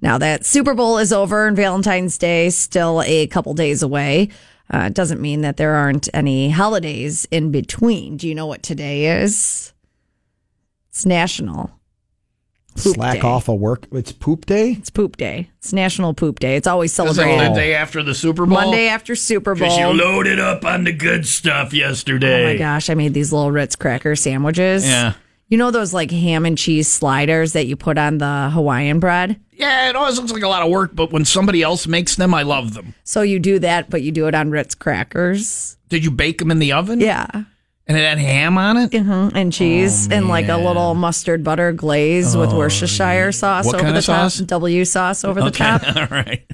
Now that Super Bowl is over and Valentine's Day still a couple days away, uh, it doesn't mean that there aren't any holidays in between. Do you know what today is? It's National Poop Slack Day. off of work. It's poop day. It's Poop Day. It's National Poop Day. It's always Is it celebrated the day after the Super Bowl? Monday after Super Bowl. Because you loaded up on the good stuff yesterday. Oh my gosh, I made these little Ritz cracker sandwiches. Yeah. You know those like ham and cheese sliders that you put on the Hawaiian bread? Yeah, it always looks like a lot of work, but when somebody else makes them, I love them. So you do that, but you do it on Ritz crackers. Did you bake them in the oven? Yeah. And it had ham on it? hmm And cheese and like a little mustard butter glaze with Worcestershire sauce Oh, What over kind the of top. sauce? W sauce over the okay, top. all right.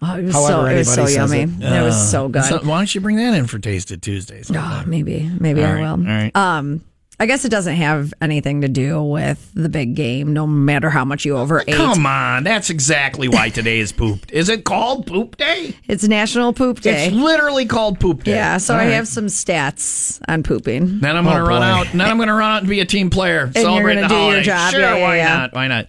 Oh, it was so However it was so anybody says yummy. It. was so good. Uh, So why don't you bring that in for Taste It Tuesdays? Oh, maybe, maybe I will. All right. I guess it doesn't have anything to do with the big game, no matter how much you overate. Come on, that's exactly why today is pooped. Is it called Poop Day? It's National Poop Day. It's literally called Poop Day. Yeah, so All I right. have some stats on pooping. Then I'm gonna Oh, run boy. out. Then I'm gonna run out and be a team player. you're Celebrate gonna the do your holiday. job. Sure, Yeah, yeah, why yeah. not? Why not?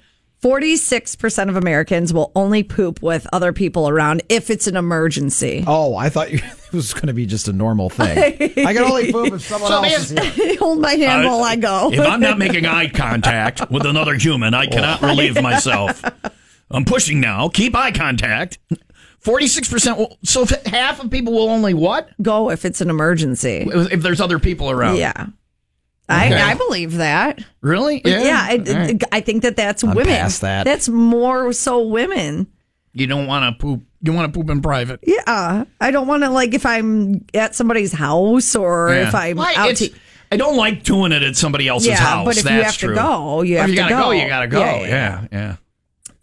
46% of Americans will only poop with other people around if it's an emergency. Oh, I thought you, it was going to be just a normal thing. I can only poop if someone So else is there's- here. Hold my hand Uh, while I go. If I'm not making eye contact with another human, I cannot Oh. relieve myself. I'm pushing now. Keep eye contact. 46%. will- So if half of people will only what? go if it's an emergency. If there's other people around. Yeah. Oh. Okay. I, I believe that. Really? Yeah, I, All right. I think that that's I'm women. past that. That's more so women. You don't want to poop. You want to poop in private. Yeah, I don't want to like if I'm at somebody's house or Yeah. if I'm Why, out it's- to I don't like doing it at somebody else's Yeah, house. but if you That's have to true. go, you If have to gotta go. You gotta go. Yeah, Yeah, yeah, yeah.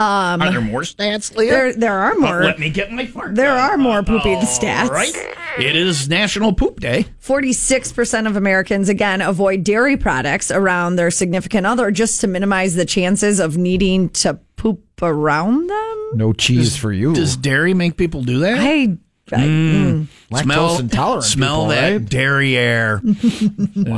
Um, Are there more stats, Leah? there. There are Uh, more. let me get my fart. There gun. are more pooping stats. Right? It is National Poop Day. 46% of Americans, again, avoid dairy products around their significant other just to minimize the chances of needing to poop around them. No cheese for you. Does dairy make people do that? I, I Lactose intolerant. Smell people, that right? dairy air. that he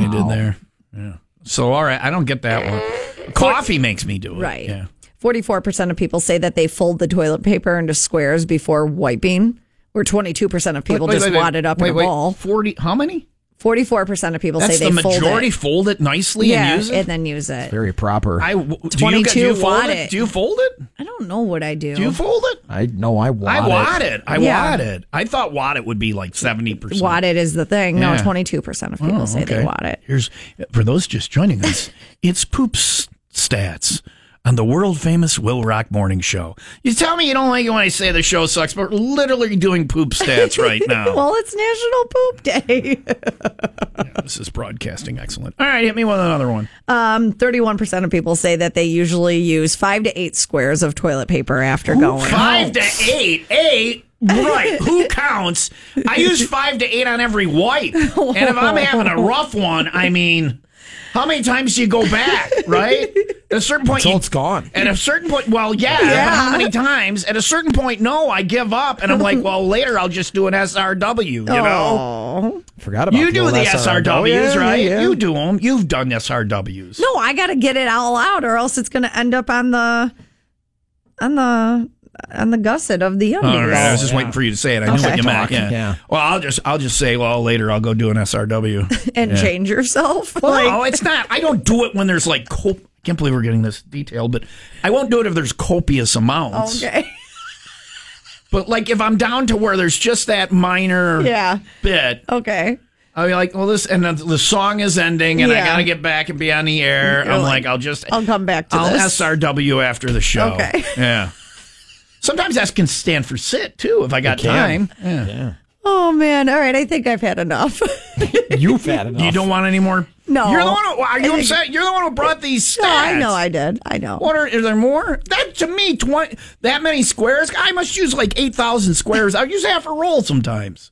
did there. Yeah. So all right, I don't get that one. Coffee makes me do it. right. Yeah. 44% of people say that they fold the toilet paper into squares before wiping, or 22% of people Wait, wait, just wait, wait. wad it up wait, in a wait. ball. Forty? How many? 44% of people That's say they the majority. fold it. Fold it nicely yeah, and use it. and then use it. Very proper. I, I w- do you, 22 do you fold wad it? it. Do you fold it? I don't know what I do. Do you fold it? know. I want. I wad it. it. I Yeah. wad it. I thought wad it would be like seventy percent. wad it is the thing. No, Yeah. Oh, 22% of people say they wad it. Here's for those just joining us. it's poops stats on the world famous Will Rock Morning Show. You tell me you don't like it when I say the show sucks, but we're literally doing poop stats right now. Well, it's National Poop Day. this is broadcasting excellent. All right, hit me with another one. Thirty-one percent of people say that they usually use five to eight squares of toilet paper after going. Five to eight, eight. Right, who counts? I use five to eight on every wipe, and if I'm having a rough one, I mean, how many times do you go back? Right, at a certain point, Until you- it's gone. At a certain point, well, yeah, but how many times? At a certain point, no, I give up, and I'm like, well, later I'll just do an SRW, you know? Oh. Forgot about You do the SRWs, Oh, Yeah, right? yeah, yeah. You do them. You've done SRWs. No, I got to get it all out, or else it's going to end up on the on the on the gusset of the onion. All right, I was just waiting for you to say it. I knew Okay. what you meant. Yeah. Yeah. Well, I'll just I'll just say, well, later I'll go do an SRW. and change yourself. no, it's not. I don't do it when there's like cop. I can't believe we're getting this detailed, but I won't do it if there's copious amounts. okay, But like if I'm down to where there's just that minor yeah, bit, okay. I'll be like, well, this, and the, the song is ending, and Yeah. I got to get back and be on the air. You're I'm like, like, I'll just, I'll come back to I'll this. SRW after the show. Okay. Yeah. Sometimes that can stand for sit too, if I got It can. time. Yeah. Oh man, all right. I think I've had enough. You've had enough. You don't want any more. No. You're the one. Who, are I you think- upset? You're the one who brought these stats. no, I know I did. I know. What are, are there more? That to me, twenty that many squares. I must use like eight thousand squares. I use half a roll sometimes.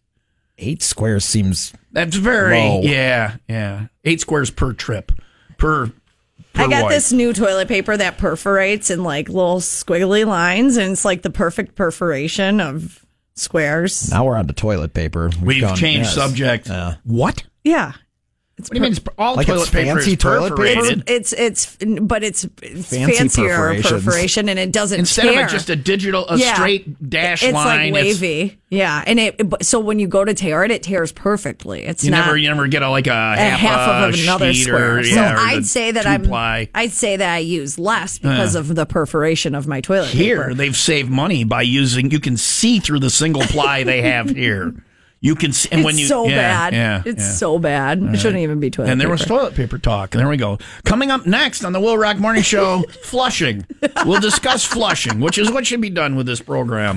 Eight squares seems. That's very Low. yeah yeah. Eight squares per trip per. per I got wipe. this new toilet paper that perforates in like little squiggly lines, and it's like the perfect perforation of squares. Now we're on to toilet paper. We've, We've gone- changed yes. subject. Yeah. what? Yeah. What do you mean? It's per- all Like toilet it's paper fancy is toilet paper? perforated. It's it's but it's, it's Fancy fancier perforations. perforation and it doesn't Instead tear. of it just a digital, a Yeah. straight dash it's line. like it's- wavy. yeah, and it but- so when you go to tear it, it tears perfectly. It's you not never, you never get a, like a a half, half a of another sheet square. Or, so yeah, or the I'd say that I'm two-ply. I'd say that I use less because of the perforation of my toilet Here, paper. they've saved money by using. You can see through the single ply they have here. You can see, and It's when you so yeah, bad. yeah, it's yeah. so bad. It shouldn't even be toilet And there paper. was toilet paper talk. There we go. Coming up next on the Will Rock Morning Show, flushing. We'll discuss flushing, which is what should be done with this program.